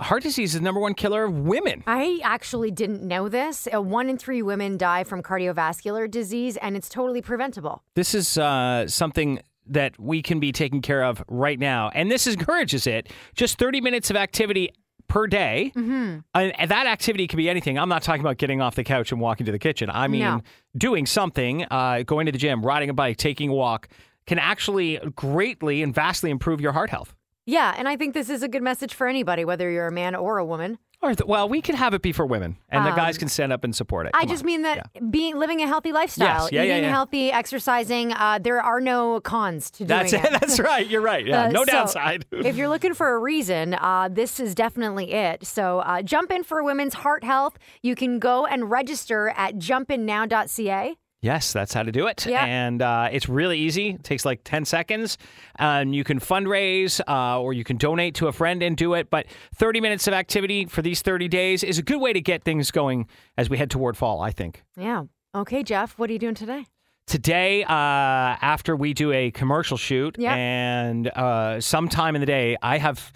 S5: heart disease is the number one killer of women.
S4: I actually didn't know this. Uh, one in three women die from cardiovascular disease, and it's totally preventable.
S5: this is uh, something that we can be taking care of right now. And this encourages it. Just 30 minutes of activity per day. Mm-hmm. And and that activity can be anything. I'm not talking about getting off the couch and walking to the kitchen. I mean,
S4: No.
S5: doing something, uh, going to the gym, riding a bike, taking a walk can actually greatly and vastly improve your heart health.
S4: Yeah, and I think this is a good message for anybody, whether you're a man or a woman.
S5: Or th- well, we can have it be for women, and the guys can stand up and support it.
S4: Um, I
S5: Come
S4: just
S5: on.
S4: mean that being living a healthy lifestyle,
S5: Yes, yeah, yeah,
S4: eating
S5: yeah.
S4: healthy, exercising. Uh, there are no cons to doing
S5: That's
S4: it.
S5: it. That's right. You're right. Yeah,
S4: Uh,
S5: no
S4: so,
S5: downside.
S4: if you're looking for a reason, uh, this is definitely it. So uh, jump in for women's heart health. You can go and register at jumpinnow.ca.
S5: Yes, that's how to do it.
S4: Yeah.
S5: And uh, it's really easy. It takes like 10 seconds. Um, you can fundraise uh, or you can donate to a friend and do it. But 30 minutes of activity for these 30 days is a good way to get things going as we head toward fall, I think.
S4: Yeah. Okay, Jeff, what are you doing today?
S5: Today, uh, after we do a commercial shoot
S4: Yeah.
S5: and uh, sometime in the day, I have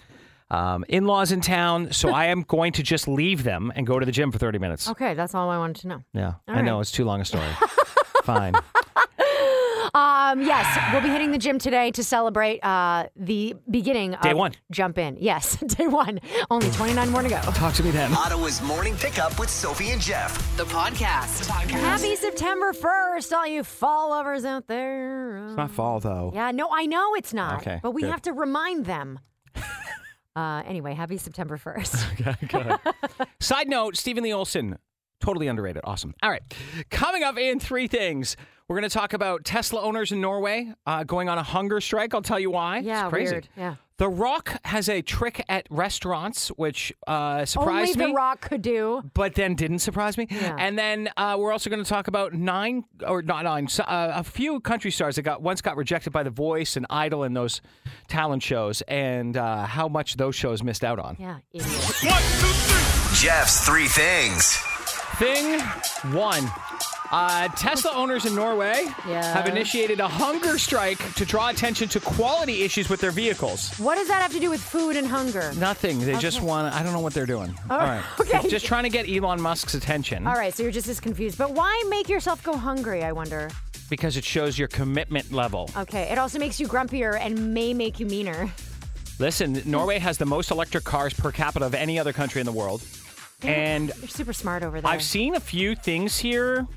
S5: um, in laws in town. So I am going to just leave them and go to the gym for 30 minutes.
S4: Okay, that's all I wanted to know.
S5: Yeah, I
S4: right.
S5: know it's too long a story. Fine.
S4: Um, yes, we'll be hitting the gym today to celebrate uh, the beginning of
S5: Day one.
S4: Jump in. Yes, day one. Only 29 more to go.
S5: Talk to me then.
S2: Ottawa's morning pickup with Sophie and Jeff.
S1: The podcast.
S4: Happy September 1st, all you fall lovers out there. Um,
S10: It's not fall though.
S4: Yeah, no, I know it's not.
S5: Okay,
S4: but we
S5: good.
S4: have to remind them. uh, anyway, happy September 1st.
S5: Side note, Stephen Lee Olson, totally underrated. Awesome. All right. Coming up in three things, We're going to talk about Tesla owners in Norway uh, going on a hunger strike. I'll tell you why.
S4: Yeah,
S5: it's crazy.
S4: weird. Yeah.
S5: The Rock has a trick at restaurants, which uh,
S4: Only
S5: surprised
S4: The
S5: me.
S4: Rock could do.
S5: but then didn't surprise me. And then uh, we're also going to talk about nine or not nine, so- uh, a few country stars that got once got rejected by The Voice and Idol and those talent shows, and uh, how much those shows missed out on.
S4: Yeah. idiot.
S2: Jeff's three things.
S5: Thing one. Uh, Tesla owners in Norway
S4: Yeah.
S5: have initiated a hunger strike to draw attention to quality issues with their vehicles.
S4: What does that have to do with food and hunger?
S5: Nothing. They just want. I don't know what they're doing. All right.
S4: okay.
S5: Just trying to get Elon Musk's attention
S4: All right, so you're just as confused. But why make yourself go hungry, I wonder?
S5: because it shows your commitment level.
S4: Okay, it also makes you grumpier and may make you meaner.
S5: Listen, Norway has the most electric cars per capita of any other country in the world. And
S4: You're super smart over there.
S5: I've seen a few things here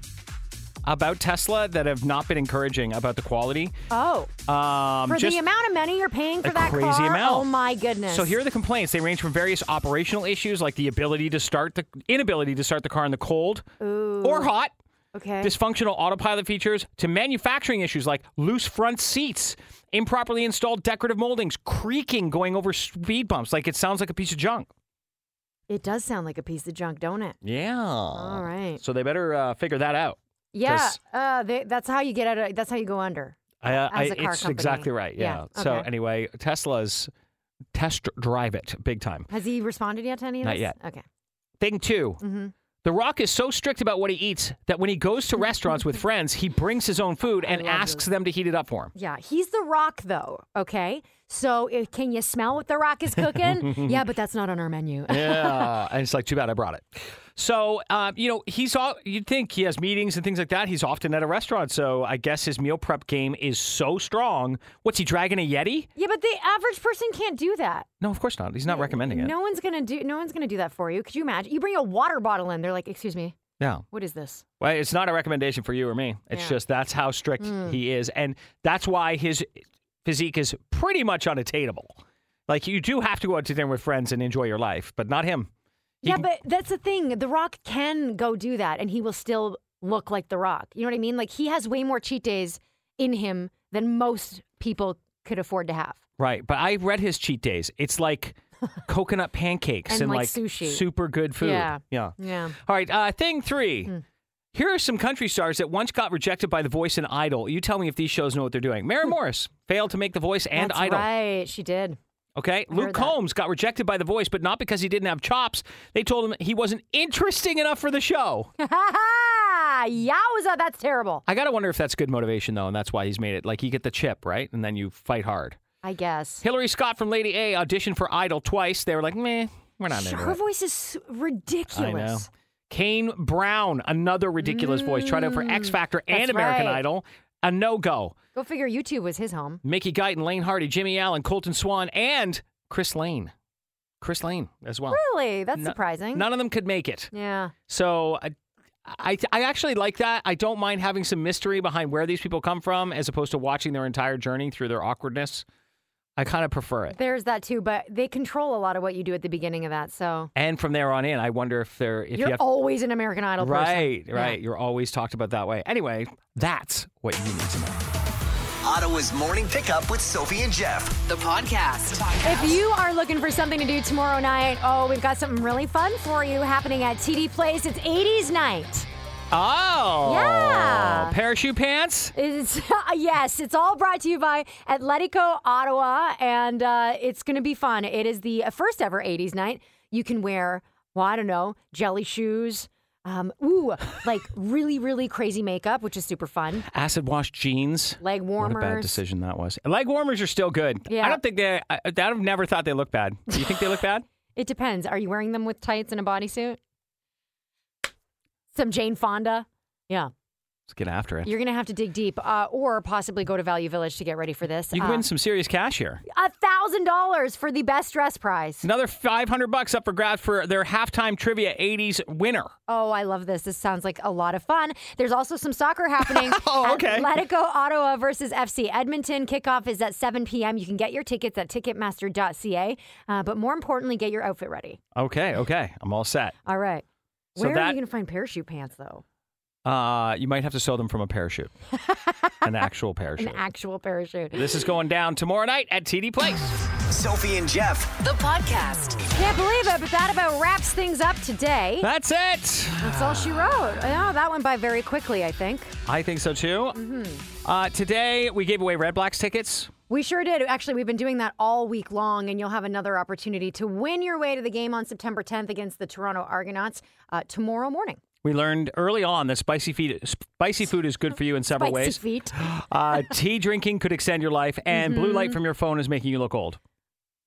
S5: about Tesla that have not been encouraging about the quality.
S4: Oh,
S5: Um,
S4: for
S5: just-
S4: the amount of money you're paying for
S5: a
S4: that
S5: crazy
S4: car?
S5: amount.
S4: Oh my goodness.
S5: So here are the complaints. They range from various operational issues like the ability to start the inability to start the car in the cold or hot,
S4: Okay.
S5: dysfunctional autopilot features to manufacturing issues like loose front seats, improperly installed decorative moldings, creaking going over speed bumps like it sounds like a piece of junk.
S4: it does sound like a piece of junk, don't it?
S5: Yeah. All
S4: right.
S5: So they better uh, figure that out.
S4: Yeah.
S5: 'Cause-
S4: Uh, they, that's how you get out of. That's how you go under.
S5: I, uh,
S4: As a
S5: I-
S4: car
S5: it's
S4: company.
S5: exactly right. Yeah.
S4: Yeah,
S5: So
S4: okay.
S5: anyway, Tesla's test drive it big time.
S4: Has he responded yet to any of
S5: Not
S4: this?
S5: yet.
S4: Okay.
S5: Thing 2
S4: Mm-hmm.
S5: The Rock is so strict about what he eats that when he goes to restaurants with friends, he brings his own food and asks them to heat it up for him.
S4: Yeah, he's the Rock though. Okay, so if, can you smell what the Rock is cooking? yeah, but that's not on our menu.
S5: Yeah. and it's like, too bad I brought it. So, um, you know, he's all, you'd think he has meetings and things like that. He's often at a restaurant. So I guess his meal prep game is so strong. What's he dragging a Yeti?
S4: yeah, but the average person can't do that.
S5: No, of course not. He's not recommending it.
S4: No one's gonna do. No one's gonna do that for you. Could you imagine? You bring a water bottle in. They're like, "Excuse me,
S5: No.
S4: what is this?"
S5: Well, it's not a recommendation for you or me. It's
S4: Yeah. Mm.
S5: just that's how strict he is. And that's why his physique is pretty much unattainable. Like, you do have to go out to dinner with friends and enjoy your life, but not him. He
S4: yeah,
S5: can-
S4: but that's the thing. The Rock can go do that, and he will still look like The Rock. You know what I mean? Like he has way more cheat days in him than most people could afford to have.
S5: Right. But I read his cheat days. It's like coconut pancakes
S4: And,
S5: and,
S4: like,
S5: like,
S4: sushi.
S5: super good food.
S4: Yeah.
S5: Yeah.
S4: Yeah. Hmm.
S5: All right. Uh, thing three. Here are some country stars that once got rejected by The Voice and Idol. You tell me if these shows know what they're doing. Mary Morris failed to make The Voice and
S4: that's
S5: Idol.
S4: right. She did.
S5: Okay.
S4: I
S5: Luke
S4: heard that.
S5: Combs got rejected by The Voice, but not because he didn't have chops. They told him he wasn't interesting enough for the show.
S4: Ha ha! Yowza! That's terrible.
S5: I got to wonder if that's good motivation, though, and that's why he's made it. Like, you get the chip, right? And then you fight hard.
S4: I guess.
S5: Hillary Scott from Lady A auditioned for Idol twice. They were like, meh, we're not into
S4: Her
S5: it.
S4: voice is ridiculous.
S5: I know. Kane Brown, another ridiculous voice, tried out for X Factor and
S4: Mm, that's
S5: American
S4: right.
S5: Idol. A no go.
S4: Go figure. YouTube was his home.
S5: Mickey Guyton, Lane Hardy, Jimmy Allen, Colton Swan, and Chris Lane. Chris Lane as well.
S4: Really? That's
S5: No-
S4: surprising.
S5: None of them could make it.
S4: yeah.
S5: So I, I, I actually like that. I don't mind having some mystery behind where these people come from as opposed to watching their entire journey through their awkwardness. I kind of prefer it.
S4: There's that too, but they control a lot of what you do at the beginning of that. So
S5: And from there on in, I wonder if they're if
S4: you're
S5: you have
S4: always an American Idol person.
S5: right,
S4: Yeah.
S5: right. You're always talked about that way. Anyway, that's what you need to know.
S2: Ottawa's morning pickup with Sophie and Jeff.
S1: The podcast.
S4: If you are looking for something to do tomorrow night, oh, we've got something really fun for you happening at TD Place. It's 80s night.
S5: Oh,
S4: Yeah.
S5: Parachute pants.
S4: It's yes, it's all brought to you by Atletico Ottawa, and uh, it's going to be fun. It is the first ever 80s night. You can wear, well, I don't know, jelly shoes. Um, ooh, like really, really crazy makeup, which is super fun.
S5: Acid wash jeans.
S4: Leg
S5: What a bad
S4: warmers.
S5: decision that was. Leg warmers are still good.
S4: Yeah.
S5: I don't think they. I, I've never thought they look bad. Do you think they look bad?
S4: It depends. Are you wearing them with tights and a bodysuit? Some Jane Fonda. Yeah,
S5: Let's get after it.
S4: you're gonna have to dig deep, uh, or possibly go to Value Village to get ready for this.
S5: You can
S4: Uh,
S5: win some serious cash here.
S4: a thousand dollars for the best dress prize.
S5: Another 500 bucks up for grabs for their halftime trivia 80s winner.
S4: Oh, I love this. This sounds like a lot of fun. There's also some soccer happening.
S5: Oh, okay.
S4: Atletico Ottawa versus FC Edmonton. Kickoff is at 7 p.m. You can get your tickets at ticketmaster.ca, uh, but more importantly, get your outfit ready.
S5: Okay, okay. I'm all set.
S4: All right.
S5: So
S4: Where are
S5: that-
S4: you going to find parachute pants, though?
S5: Uh, you might have to sew them from a parachute, an actual parachute.
S4: An actual parachute.
S5: this is going down tomorrow night at TD Place.
S2: Sophie and Jeff.
S1: The podcast.
S4: Can't believe it, but that about wraps things up today.
S5: That's it.
S4: That's all she wrote. Yeah, that went by very quickly, I think.
S5: I think so too. Uh, today we gave away Red Blacks tickets.
S4: We sure did. Actually, we've been doing that all week long, and you'll have another opportunity to win your way to the game on September 10th against the Toronto Argonauts uh, tomorrow morning.
S5: We learned early on that spicy food, spicy food is good for you in several
S4: Spicy
S5: ways.
S4: feet.
S5: Uh, tea drinking could extend your life, and blue light from your phone is making you look old.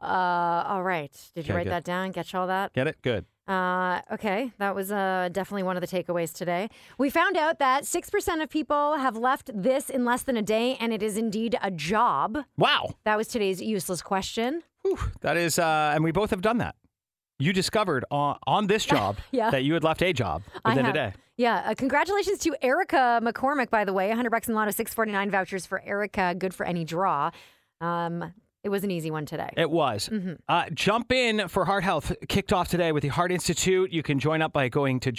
S4: Uh, all right. Did you
S5: Okay,
S4: write
S5: good.
S4: that down? Catch all that?
S5: Get it? Good.
S4: Uh, okay, that was uh, definitely one of the takeaways today. We found out that 6% of people have left this in less than a day, and it is indeed a job.
S5: Wow.
S4: That was today's useless question.
S5: Whew. That is, uh, and we both have done that. You discovered on, on this job
S4: Yeah.
S5: that you had left a job
S4: I
S5: within a
S4: have-
S5: day.
S4: Yeah. Uh, congratulations to Erica McCormick, by the way. 100 bucks in Lotto 649 vouchers for Erica. Good for any draw. Um, it was an easy one today.
S5: It was.
S4: Mm-hmm.
S5: Uh, Jump In for Heart Health kicked off today with the Heart Institute. You can join up by going to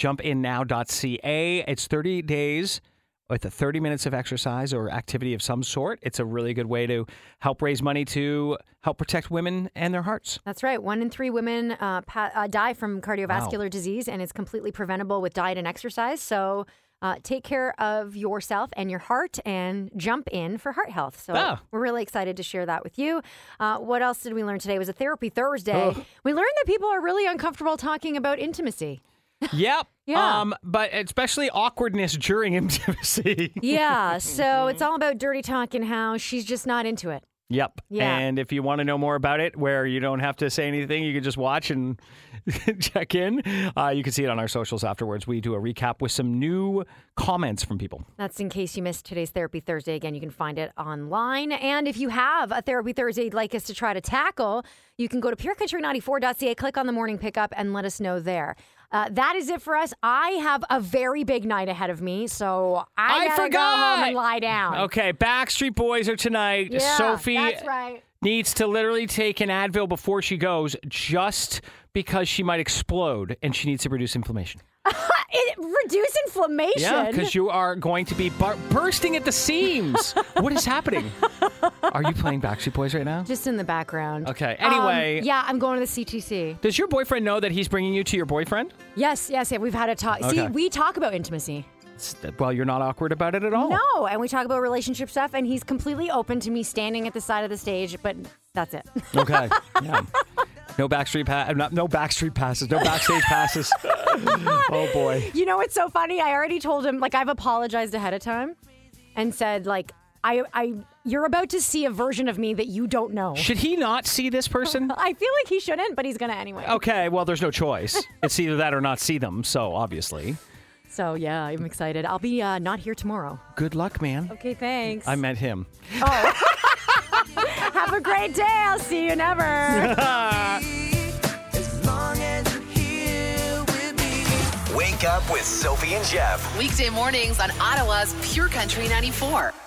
S5: jumpinnow.ca. It's 30 days with a 30 minutes of exercise or activity of some sort. It's a really good way to help raise money to help protect women and their hearts.
S4: That's right. One in three women uh, pa- uh, die from cardiovascular disease, and it's completely preventable with diet and exercise. So uh, take care of yourself and your heart and jump in for heart health. So
S5: Ah.
S4: we're really excited to share that with you. Uh, what else did we learn today? It was a therapy Thursday.
S5: Oh.
S4: We learned that people are really uncomfortable talking about intimacy.
S5: Yep.
S4: Yeah.
S5: Um, but especially awkwardness during intimacy.
S4: Yeah. so
S5: Mm-hmm.
S4: it's all about dirty talk and how she's just not into it.
S5: Yep.
S4: Yeah.
S5: And if you want to know more about it, where you don't have to say anything, you can just watch and check in. Uh, you can see it on our socials afterwards. We do a recap with some new comments from people.
S4: That's in case you missed today's Therapy Thursday. Again, you can find it online. And if you have a Therapy Thursday you'd like us to try to tackle, you can go to purecountry94.ca, click on the morning pickup, and let us know there. Uh, that is it for us. I have a very big night ahead of me, so I,
S5: I
S4: gotta go
S5: forgot!
S4: home and lie down.
S5: Okay, Backstreet Boys are tonight.
S4: Yeah,
S5: Sophie
S4: that's right.
S5: needs to literally take an Advil before she goes just because she might explode and she needs to reduce inflammation.
S4: It, reduce inflammation.
S5: Yeah, because you are going to be bur- bursting at the seams. what is happening? Are you playing Backstreet Boys right now?
S4: just in the background.
S5: Okay,
S4: Um,
S5: anyway.
S4: yeah, I'm going to the CTC.
S5: Does your boyfriend know that he's bringing you to your boyfriend?
S4: Yes, yes, yeah. We've had a talk. See,
S5: Okay.
S4: we talk about intimacy.
S5: Well, you're not awkward about it at all.
S4: No, and we talk about relationship stuff, and he's completely open to me standing at the side of the stage, but that's it.
S5: Okay. Yeah. No backstreet pa- not, no backstreet passes. No backstage passes. oh boy.
S4: you know what's so funny? I already told him, like, I've apologized ahead of time and said, like, I, I, you're about to see a version of me that you don't know.
S5: Should he not see this person?
S4: I feel like he shouldn't, but he's gonna anyway.
S5: Okay, well, there's no choice. It's either that or not see them. So obviously,
S4: So yeah, I'm excited. I'll be uh, not here tomorrow.
S5: good luck, man.
S4: Okay, thanks.
S5: I met him.
S4: Have a great day. I'll see you never.
S2: As long as you're here with me. Wake up with Sophie and Jeff.
S1: Weekday mornings on Ottawa's Pure Country 94.